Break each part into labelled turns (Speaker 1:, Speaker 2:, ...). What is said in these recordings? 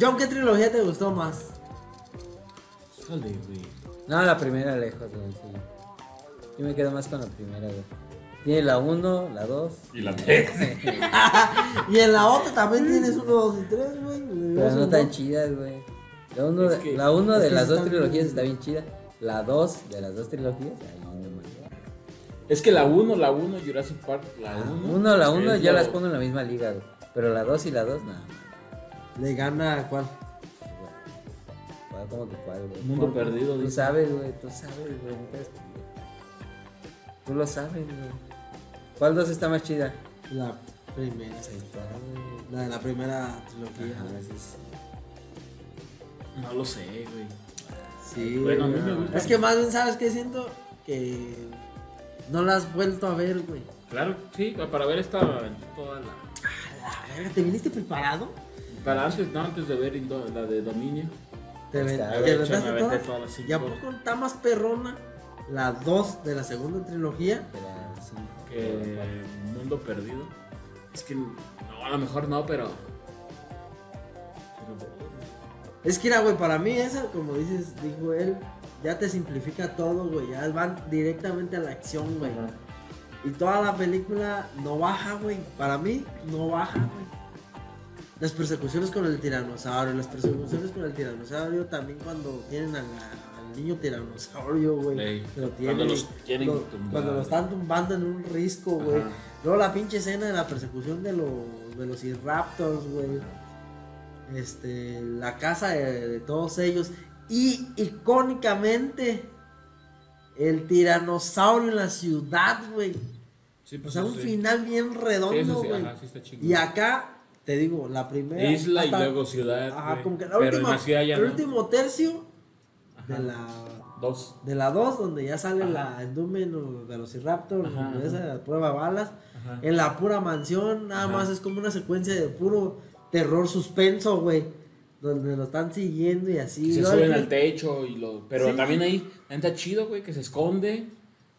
Speaker 1: John, ¿qué trilogía te gustó más?
Speaker 2: Híjole, güey.
Speaker 3: No, la primera lejos, güey. sí. Yo me quedo más con la primera, güey. Tiene la 1, la 2.
Speaker 4: Y la tres.
Speaker 1: Y en la otra también tienes uno, dos y tres, güey.
Speaker 3: Mm. Pero no tan chidas, güey. La 1
Speaker 2: Es que-
Speaker 1: es que
Speaker 3: de las
Speaker 1: sí
Speaker 3: dos
Speaker 1: están
Speaker 3: trilogías
Speaker 1: bien.
Speaker 3: está bien chida. La 2 de las dos trilogías, ahí no mames.
Speaker 2: Es que la 1, la 1, Jurassic Park, la
Speaker 3: La
Speaker 2: 1.
Speaker 3: 1, la 1
Speaker 2: Ah, es
Speaker 3: ya
Speaker 2: lo-
Speaker 3: las pongo en la misma liga, güey. Pero la 2 y la 2, nada.
Speaker 1: Le gana a cuál.
Speaker 3: ¿Cuál, ¿Cómo que cuál, güey?
Speaker 2: Mundo
Speaker 3: ¿Cuál?
Speaker 2: perdido,
Speaker 3: Tú
Speaker 2: dice.
Speaker 3: sabes, güey, tú sabes, güey. no te hagas pendejo. Tú lo sabes, güey. ¿Cuál 2 está más chida?
Speaker 1: La primera.
Speaker 3: Ahí está, güey.
Speaker 1: La de la primera trilogía.
Speaker 3: Ajá, sí, sí.
Speaker 2: No lo sé, güey.
Speaker 1: Sí.
Speaker 2: Bueno, a mí
Speaker 1: güey.
Speaker 2: me gusta.
Speaker 1: Es que más bien, ¿sabes qué siento? Que no la has vuelto a ver, güey.
Speaker 2: Claro, sí, para ver esta. Toda la...
Speaker 1: A la verga, ¿Te viniste preparado?
Speaker 2: Para antes, no, antes de ver Indo- la de Dominio.
Speaker 1: Te,
Speaker 3: Ahí
Speaker 1: ven-
Speaker 3: está,
Speaker 1: te
Speaker 2: de hecho,
Speaker 1: aventaste
Speaker 2: me aventé
Speaker 1: todas?
Speaker 2: todas las cinco.
Speaker 1: ¿Y a poco está más perrona la 2 de la segunda trilogía?
Speaker 3: De la cinco.
Speaker 2: Que Mundo Perdido. Es que, no, a lo mejor no, pero.
Speaker 1: Es que, mira, güey, para mí esa, como dices, dijo él, ya te simplifica todo, güey. Ya van directamente a la acción, güey. Y toda la película no baja, güey. Para mí, no baja, güey. Las persecuciones con el tiranosaurio, las persecuciones con el tiranosaurio, también cuando tienen a la- al niño tiranosaurio, güey.
Speaker 2: Ey,
Speaker 1: que lo
Speaker 2: cuando
Speaker 1: tienen,
Speaker 2: los quieren
Speaker 1: lo-
Speaker 2: tumbar.
Speaker 1: cuando lo están tumbando en un risco, güey.
Speaker 2: Ajá.
Speaker 1: Luego la pinche escena de la persecución de los Velociraptors, güey. Este, la casa de, de todos ellos. Y icónicamente, el tiranosaurio en la ciudad, güey.
Speaker 2: Sí,
Speaker 1: O
Speaker 2: pues
Speaker 1: sea, un
Speaker 2: sí.
Speaker 1: final bien
Speaker 2: Sí,
Speaker 1: redondo,
Speaker 2: eso sí,
Speaker 1: güey.
Speaker 2: ajá, sí está chingón.
Speaker 1: y acá, te digo, la primera.
Speaker 2: Isla y
Speaker 1: hasta-
Speaker 2: luego ciudad.
Speaker 1: Ajá,
Speaker 2: güey.
Speaker 1: como que la
Speaker 2: pero
Speaker 1: última,
Speaker 2: en la ciudad ya
Speaker 1: el
Speaker 2: no.
Speaker 1: último tercio
Speaker 2: Ajá.
Speaker 1: de la
Speaker 2: Dos.
Speaker 1: de la 2, donde ya sale
Speaker 2: Ajá.
Speaker 1: la Endumen o Velociraptor,
Speaker 2: Ajá,
Speaker 1: donde
Speaker 2: ajá.
Speaker 1: esa prueba balas.
Speaker 2: Ajá.
Speaker 1: En la pura mansión, nada
Speaker 2: Ajá.
Speaker 1: más es como una secuencia de puro terror suspenso, güey. Donde lo están siguiendo y así.
Speaker 2: se
Speaker 1: ¿no?
Speaker 2: suben al techo y lo. Pero
Speaker 1: Sí.
Speaker 2: también ahí está chido, güey, que se esconde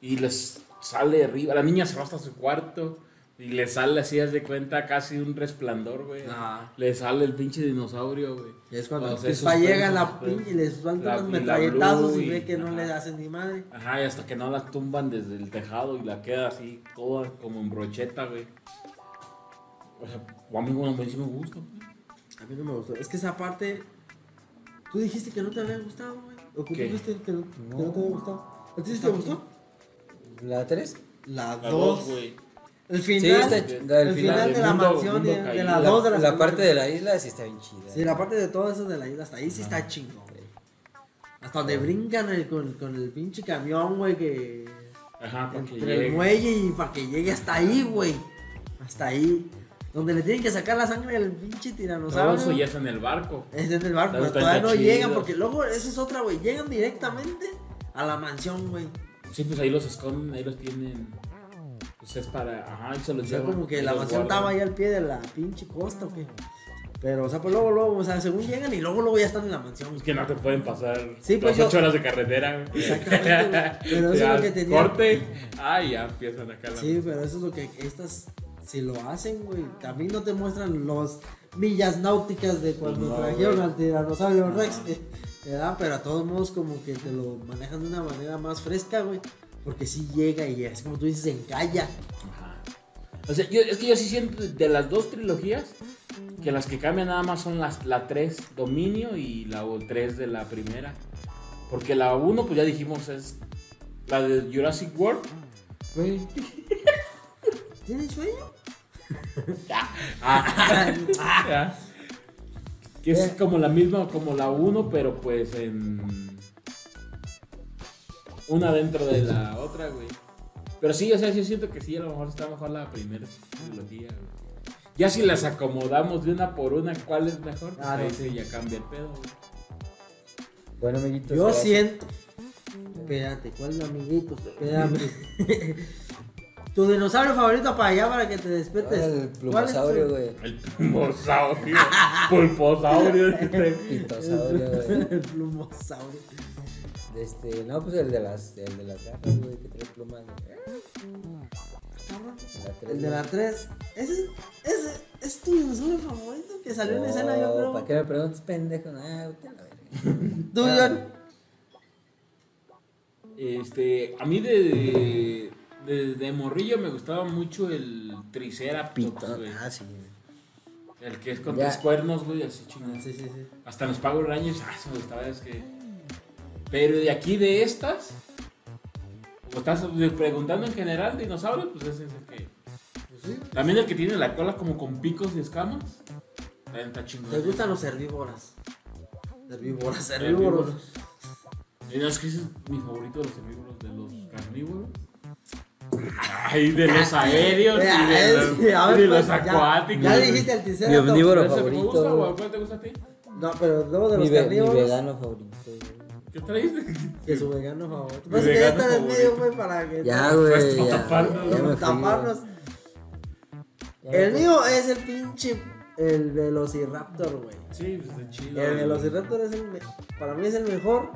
Speaker 2: y les sale arriba. La niña se va hasta su cuarto y le sale así, haz de cuenta, casi un resplandor, güey.
Speaker 1: Ajá.
Speaker 2: Le sale el pinche dinosaurio, güey.
Speaker 1: Es cuando
Speaker 2: O
Speaker 1: el
Speaker 2: sea,
Speaker 1: Pispa
Speaker 2: suspenso,
Speaker 1: llega a la
Speaker 2: suspenso.
Speaker 1: pinche y les dan
Speaker 2: La-
Speaker 1: unos
Speaker 2: y la
Speaker 1: metralletazos
Speaker 2: Blue
Speaker 1: y ve que no
Speaker 2: ajá.
Speaker 1: le hacen ni madre.
Speaker 2: Ajá, y hasta que no la tumban desde el tejado y la queda así, toda como en brocheta, güey. O sea, a mí, bueno, a mí sí me gusta, güey.
Speaker 1: A mí no me gustó. Es que esa parte. Tú dijiste que no te había gustado, güey. O que
Speaker 2: ¿Qué?
Speaker 1: tú dijiste que no, que no te había gustado. ¿A ti sí te gustó?
Speaker 3: ¿La 3?
Speaker 1: La
Speaker 2: La dos,
Speaker 1: 2.
Speaker 2: güey.
Speaker 1: El
Speaker 3: Sí,
Speaker 1: final.
Speaker 3: está ch- la-
Speaker 1: el final de la
Speaker 2: mundo-
Speaker 1: mansión,
Speaker 2: mundo
Speaker 1: de, de la
Speaker 2: caído.
Speaker 1: 2 de la,
Speaker 3: la, la parte de la isla sí está bien chida.
Speaker 1: Sí, la parte de todo eso de la isla, hasta ahí sí está chingón, güey. Hasta donde brincan el- con, con el pinche camión, güey, que...
Speaker 2: Ajá, para que
Speaker 1: Entre
Speaker 2: llegue.
Speaker 1: el muelle y para que llegue hasta ahí, güey. Hasta ahí. Donde le tienen que sacar la sangre al pinche
Speaker 2: Todo eso
Speaker 1: tiranosaurio.
Speaker 2: ya está en el barco.
Speaker 1: Es en el barco,
Speaker 2: Eso
Speaker 1: pero
Speaker 2: está
Speaker 1: todavía no
Speaker 2: chido.
Speaker 1: llegan, porque luego esa es otra, güey. Llegan directamente a la mansión, güey.
Speaker 2: Sí, pues ahí los esconden, ahí los tienen. Pues es para. Ajá, y se los
Speaker 1: O sea,
Speaker 2: llevan,
Speaker 1: como que
Speaker 2: y
Speaker 1: la
Speaker 2: los
Speaker 1: mansión
Speaker 2: guardan.
Speaker 1: estaba ahí al pie de la pinche costa, güey. Pero, o sea, pues luego, luego, o sea, según llegan y luego, luego ya están en la mansión.
Speaker 2: Es Pues que no te pueden pasar
Speaker 1: Sí, pues
Speaker 2: las
Speaker 1: yo-
Speaker 2: ocho horas de carretera. güey.
Speaker 1: Exactamente, güey. Pero eso es
Speaker 2: Ya,
Speaker 1: lo que tenía.
Speaker 2: Corte. Ah, ya empiezan acá la.
Speaker 1: Sí, pero eso es lo que estas si lo hacen, güey. También no te muestran los millas náuticas de cuando
Speaker 2: No,
Speaker 1: trajeron
Speaker 2: güey.
Speaker 1: al tiranosaurio
Speaker 2: Ajá.
Speaker 1: Rex, eh, ¿verdad? Pero a todos modos como que te lo manejan de una manera más fresca, güey. Porque sí llega y es como tú dices, se encalla.
Speaker 2: Ajá. O sea, yo- es que yo sí siento de las dos trilogías que las que cambian nada más son las, la 3, Dominio, y la 3 de la primera. Porque la 1, pues ya dijimos, es la de Jurassic World.
Speaker 3: Güey,
Speaker 1: ¿Tienes sueño?
Speaker 2: Ah, ya. Que es como la misma, como la 1, pero pues en. Una dentro de la otra, güey. Pero sí, o sea, yo siento que sí, a lo mejor está mejor la primera trilogía, güey. Ya si las acomodamos de una por una, ¿cuál es mejor? Pues
Speaker 1: Ah, no,
Speaker 2: ahí
Speaker 1: sí.
Speaker 2: sí, ya cambia el pedo, güey.
Speaker 3: Bueno, amiguitos.
Speaker 1: Yo
Speaker 3: gracias.
Speaker 1: siento. Espérate, ¿cuál es amiguito? Espérame. tu dinosaurio favorito para allá para que te despiertes.
Speaker 3: Ahora Ah, El
Speaker 1: este, ¿Cuál es tu-
Speaker 3: plumosaurio, güey.
Speaker 2: El pulposaurio. Pulposaurio.
Speaker 3: Pitosaurio, güey.
Speaker 1: El plumosaurio.
Speaker 3: Este, no, pues el de las, el de las gafas, güey, que trae plumas. güey.
Speaker 1: cabrón.
Speaker 3: La tres,
Speaker 1: El de
Speaker 3: ¿no?
Speaker 1: la 3. Ese, ese es tu dinosaurio favorito que salió en
Speaker 3: No,
Speaker 1: escena, yo creo.
Speaker 3: Oh, ¿Para qué me preguntas, pendejo? Ah, vete a la verga.
Speaker 1: Tú, John.
Speaker 2: Este, a mí de, de, de morrillo me gustaba mucho el Triceratops,
Speaker 3: Pitón.
Speaker 2: güey.
Speaker 3: Ah, sí.
Speaker 2: El que es con
Speaker 3: Ya.
Speaker 2: tres cuernos, güey, así chingón.
Speaker 1: Sí, sí, sí.
Speaker 2: Hasta en los Power Rangers, ah, se me gustaba, es que... Pero de aquí, de estas, como estás preguntando en general, dinosaurios, pues ese es el que...
Speaker 1: Pues
Speaker 2: También el que tiene la cola como con picos y escamas. También está chingón.
Speaker 1: ¿Te gustan los herbívoras? Herbívoras,
Speaker 2: Herbívoros.
Speaker 1: herbívoros.
Speaker 2: Y no, es que ese es mi favorito de los herbívoros, de los carnívoros. Ay, de los aéreos y de
Speaker 1: Ah, Ya,
Speaker 2: los,
Speaker 1: es- a ver,
Speaker 2: de los
Speaker 1: pues, ya-
Speaker 2: acuáticos.
Speaker 1: Ya,
Speaker 2: güey.
Speaker 1: dijiste el
Speaker 3: Mi
Speaker 1: tercero.
Speaker 3: omnívoro
Speaker 2: ¿Ese te gusta o
Speaker 3: favorito.
Speaker 2: cuál te gusta a ti?
Speaker 1: No, pero luego de
Speaker 3: Mi,
Speaker 1: los
Speaker 3: ve- mi
Speaker 1: carnívoros.
Speaker 3: vegano favorito. güey.
Speaker 2: ¿Qué traíste?
Speaker 1: Que su vegano favorito.
Speaker 2: Mi
Speaker 1: Pues que ya
Speaker 2: vegano
Speaker 1: está en el medio,
Speaker 2: favorito.
Speaker 1: güey, para que.
Speaker 3: Ya,
Speaker 2: Pues,
Speaker 3: güey. Ya,
Speaker 2: taparnos,
Speaker 3: ya
Speaker 2: ¿no?
Speaker 3: me fui,
Speaker 1: taparnos.
Speaker 3: güey. Ya
Speaker 1: El
Speaker 3: me
Speaker 1: mío es el pinche. El velociraptor, güey.
Speaker 2: Sí, pues de chido.
Speaker 1: El velociraptor es el me- para mí es el mejor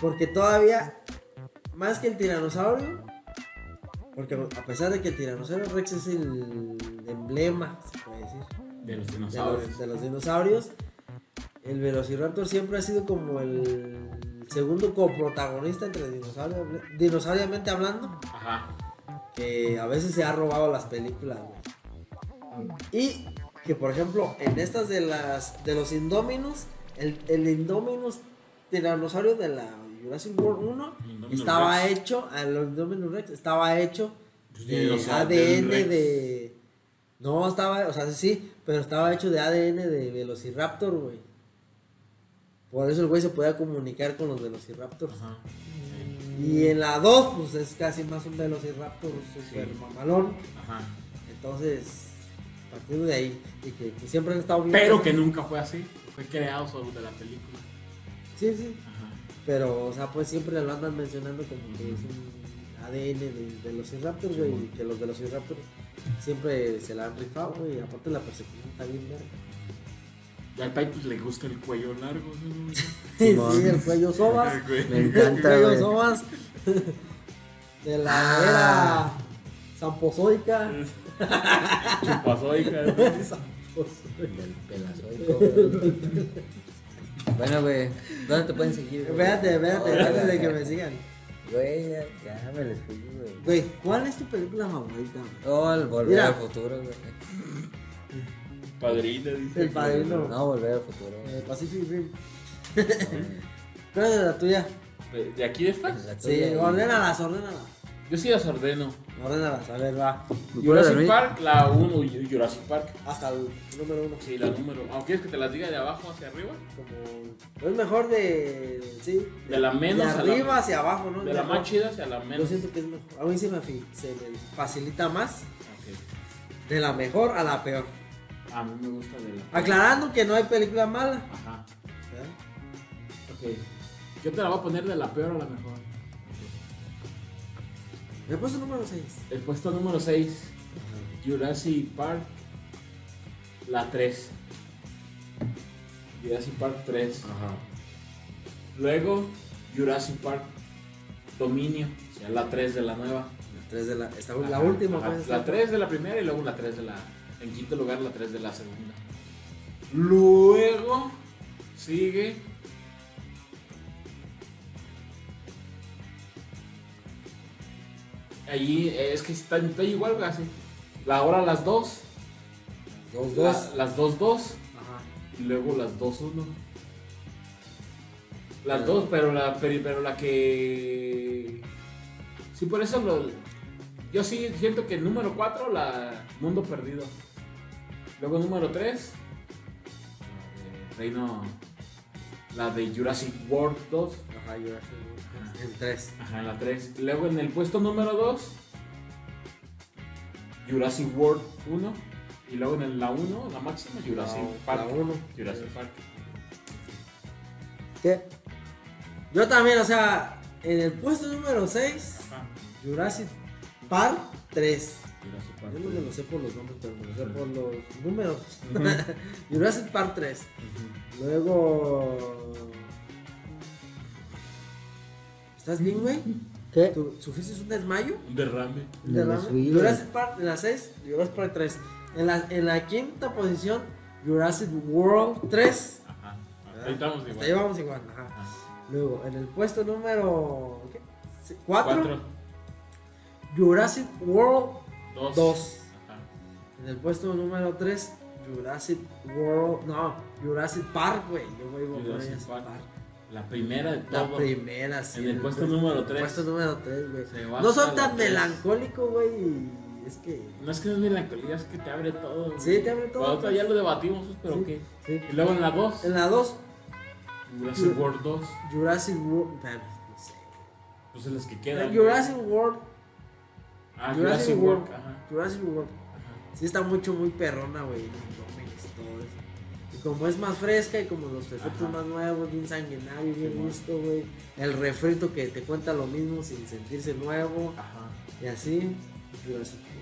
Speaker 1: porque todavía más que el tiranosaurio porque a pesar de que el tiranosaurio rex es el emblema se puede decir
Speaker 2: De los
Speaker 1: de los,
Speaker 2: dinosaurios.
Speaker 1: de los dinosaurios el velociraptor siempre ha sido como el segundo coprotagonista entre dinosaurio dinosauriamente hablando
Speaker 2: Ajá.
Speaker 1: que a veces se ha robado las películas, güey. Y que, por ejemplo, en estas de las de los Indóminos, el, el Indóminos tiranosaurio de la Jurassic World 1
Speaker 2: Indominus
Speaker 1: estaba
Speaker 2: Rex.
Speaker 1: hecho, el Indominus Rex estaba hecho
Speaker 2: Pues
Speaker 1: de
Speaker 2: dinosaurio,
Speaker 1: ADN
Speaker 2: Rex.
Speaker 1: de. No, estaba, o sea, sí, pero estaba hecho de ADN de Velociraptor, güey. Por eso el güey se podía comunicar con los Velociraptors.
Speaker 2: Ajá.
Speaker 1: Y en la 2, pues es casi más un velociraptor super
Speaker 2: Sí.
Speaker 1: mamalón.
Speaker 2: Ajá.
Speaker 1: Entonces, partimos de ahí. Y que, que siempre han estado bien.
Speaker 2: Pero que nunca fue así. Fue creado solo de la película.
Speaker 1: Sí, sí.
Speaker 2: Ajá.
Speaker 1: Pero, o sea, pues siempre lo andan mencionando como que es un ADN de velociraptor, güey. y que los velociraptors siempre se la han rifado, güey. y Aparte, la persecución está bien verga.
Speaker 2: Y al Pai pues le gusta el cuello largo. ¿no?
Speaker 1: Sí,
Speaker 3: mames.
Speaker 1: el cuello sobas.
Speaker 2: El cuello.
Speaker 3: Me
Speaker 1: El
Speaker 3: encanta,
Speaker 1: cuello
Speaker 3: güey.
Speaker 1: sobas. De la
Speaker 3: Ah.
Speaker 1: era zampozoica.
Speaker 2: Chupazoica.
Speaker 1: Zampozoica.
Speaker 3: Del pelazoico, güey. Bueno, güey, ¿dónde te pueden seguir? güey?
Speaker 1: Espérate, espérate, antes de que me sigan.
Speaker 3: Güey, ya, ya me les fui, güey.
Speaker 1: Güey, ¿cuál es tu película favorita? güey?
Speaker 3: No, el volver
Speaker 1: Mira.
Speaker 3: al futuro, güey.
Speaker 2: Padrino, dice.
Speaker 1: El padrino.
Speaker 3: No, volver al futuro. güey.
Speaker 1: Eh, Pacific Rim.
Speaker 3: No, güey.
Speaker 1: ¿Cuál es la tuya?
Speaker 2: ¿De- ¿De aquí de estas?
Speaker 3: La
Speaker 1: Sí,
Speaker 3: tuya y-
Speaker 1: ordénalas, ordénalas.
Speaker 2: Yo sí las ordeno.
Speaker 1: Ordénalas, a ver, va.
Speaker 2: Jurassic Park, la 1. Jurassic Park. pues,
Speaker 1: Hasta el número uno.
Speaker 2: Sí, la número. ¿Aunque quieres que te las diga de abajo hacia arriba?
Speaker 1: Como. Es mejor de. Sí.
Speaker 2: De la menos
Speaker 1: De
Speaker 2: a la-
Speaker 1: arriba hacia abajo, ¿no?
Speaker 2: De la
Speaker 1: Mejor.
Speaker 2: más chida hacia la
Speaker 1: Yo
Speaker 2: menos.
Speaker 1: siento que es mejor. A mí se me, fi- se me facilita más.
Speaker 2: Ok.
Speaker 1: De la mejor a la peor.
Speaker 2: A mí me gusta de la.
Speaker 1: Aclarando que no hay película mala.
Speaker 2: Ajá.
Speaker 1: ¿verdad?
Speaker 2: Ok. Yo te la voy a poner de la peor a la mejor.
Speaker 1: Me he puesto número 6.
Speaker 2: El puesto número 6. Jurassic Park. La 3. Jurassic Park 3.
Speaker 1: Ajá.
Speaker 2: Luego, Jurassic Park Dominio. O sea, la 3 de la nueva.
Speaker 1: La 3 de la. Esta,
Speaker 2: Ajá,
Speaker 1: la última,
Speaker 2: ajá.
Speaker 1: pues.
Speaker 2: La 3 de la primera y luego la 3 de la. En quinto lugar, la 3 de la segunda. Luego sigue. Allí eh, es que está, está igual, güey, así. La hora las 2.
Speaker 1: Dos,
Speaker 2: la-
Speaker 1: dos.
Speaker 2: las 2, 2.
Speaker 1: Ajá.
Speaker 2: Y luego las 2, 1. Las 2, pero la, pero, pero la que. Sí, por eso lo- yo sí siento que número 4, la Mundo Perdido. Luego número 3, Reino. La de Jurassic World 2.
Speaker 1: Ajá, Jurassic World. En 3.
Speaker 2: Ajá, en la 3. Luego en el puesto número 2, Jurassic World 1. Y luego en el- la 1, la máxima, Jurassic Park.
Speaker 1: La 1.
Speaker 2: Jurassic Park.
Speaker 3: ¿Qué?
Speaker 1: Yo también, o sea, en el puesto número 6, Jurassic Park 3.
Speaker 2: Jurassic Park.
Speaker 1: Yo no me lo sé por los nombres, pero me lo sé por los números. Jurassic Park 3. Luego. ¿Estás bien, güey?
Speaker 3: ¿Qué?
Speaker 1: ¿Tú sufriste un desmayo?
Speaker 2: Un derrame.
Speaker 1: Un
Speaker 3: Me
Speaker 1: derrame.
Speaker 3: fui, güey.
Speaker 1: Jurassic Park en la 6, Jurassic Park 3. En la, en la quinta posición, Jurassic World 3.
Speaker 2: Ajá. Ahí estamos
Speaker 1: Hasta ahí
Speaker 2: igual.
Speaker 1: vamos igual. ajá. Luego, en el puesto número 4,
Speaker 2: Cuatro,
Speaker 1: Jurassic World
Speaker 2: dos.
Speaker 1: 2.
Speaker 2: Ajá.
Speaker 1: En el puesto número 3, Jurassic World. No, Jurassic Park, güey. Yo voy con
Speaker 2: Jurassic
Speaker 1: Jurassic
Speaker 2: Park.
Speaker 1: Park.
Speaker 2: La primera de todo.
Speaker 1: La primera, sí.
Speaker 2: En el puesto número tres.
Speaker 1: puesto número 3, güey.
Speaker 2: Se va
Speaker 1: No
Speaker 2: hasta
Speaker 1: son tan
Speaker 2: la tres.
Speaker 1: melancólicos, güey. y Es que.
Speaker 2: No es que no es melancolía, es que te abre todo. güey.
Speaker 1: Sí, te abre todo. pues.
Speaker 2: Bueno, ya lo debatimos, pues, pero
Speaker 1: Sí,
Speaker 2: ¿qué?
Speaker 1: sí.
Speaker 2: Y luego en la 2,
Speaker 1: En la 2,
Speaker 2: Jurassic World 2,
Speaker 1: Jurassic World. espérame, No sé. Eh,
Speaker 2: pues es las que quedan.
Speaker 1: Jurassic World.
Speaker 2: ah,
Speaker 1: Jurassic
Speaker 2: Jurassic
Speaker 1: World.
Speaker 2: World, ajá.
Speaker 1: Jurassic World. Sí, está mucho, muy perrona, güey. Los cómics, todo eso. Y como es más fresca y como los efectos
Speaker 2: Ajá.
Speaker 1: más nuevos, bien sanguinario, bien
Speaker 2: Sí, güey.
Speaker 1: listo, güey. El refrito que te cuenta lo mismo sin sentirse nuevo.
Speaker 2: Ajá.
Speaker 1: Y así. Jurassic World.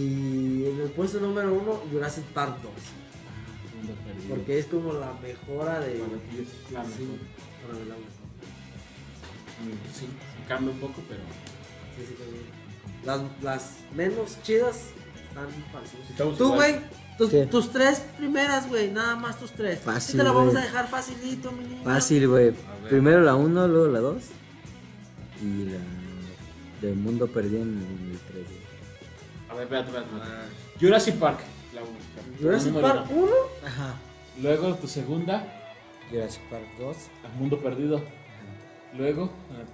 Speaker 1: Y en el puesto número uno, Jurassic Park 2.
Speaker 2: Mundo perdido.
Speaker 1: Porque es como la mejora de.
Speaker 2: Para ti es la
Speaker 1: Sí,
Speaker 2: mejor.
Speaker 1: para la uno.
Speaker 2: Sí, sí cambia un poco, pero.
Speaker 1: Sí, sí, también. Las, las menos chidas están fáciles.
Speaker 2: Estamos
Speaker 1: Tú,
Speaker 2: igual.
Speaker 1: güey, tus,
Speaker 3: ¿Qué?
Speaker 1: tus tres primeras, güey, nada más tus tres.
Speaker 3: Fácil,
Speaker 1: Sí te la vamos
Speaker 3: güey.
Speaker 1: a dejar facilito, mi niño.
Speaker 3: Fácil, güey.
Speaker 2: ver.
Speaker 3: Primero la 1, luego la 2. Y la del mundo perdido en el 3.
Speaker 2: A ver, espérate, espérate. espérate. Jurassic Park, la uno.
Speaker 1: Ah. Jurassic
Speaker 2: Número
Speaker 1: Park
Speaker 2: uno.
Speaker 1: 1.
Speaker 3: Ajá.
Speaker 2: Luego tu segunda,
Speaker 3: Jurassic Park 2.
Speaker 2: El Mundo Perdido. Luego.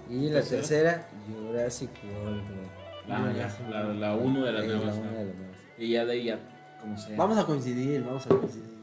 Speaker 3: Y la tercera, Jurassic World, güey.
Speaker 2: La, Ah, la, la, la uno de las
Speaker 3: Ahí, la
Speaker 2: nuevas.
Speaker 3: una
Speaker 2: ¿no?
Speaker 3: de las nuevas.
Speaker 2: Y ya de ahí ya, como sea.
Speaker 1: Vamos a coincidir, vamos a coincidir.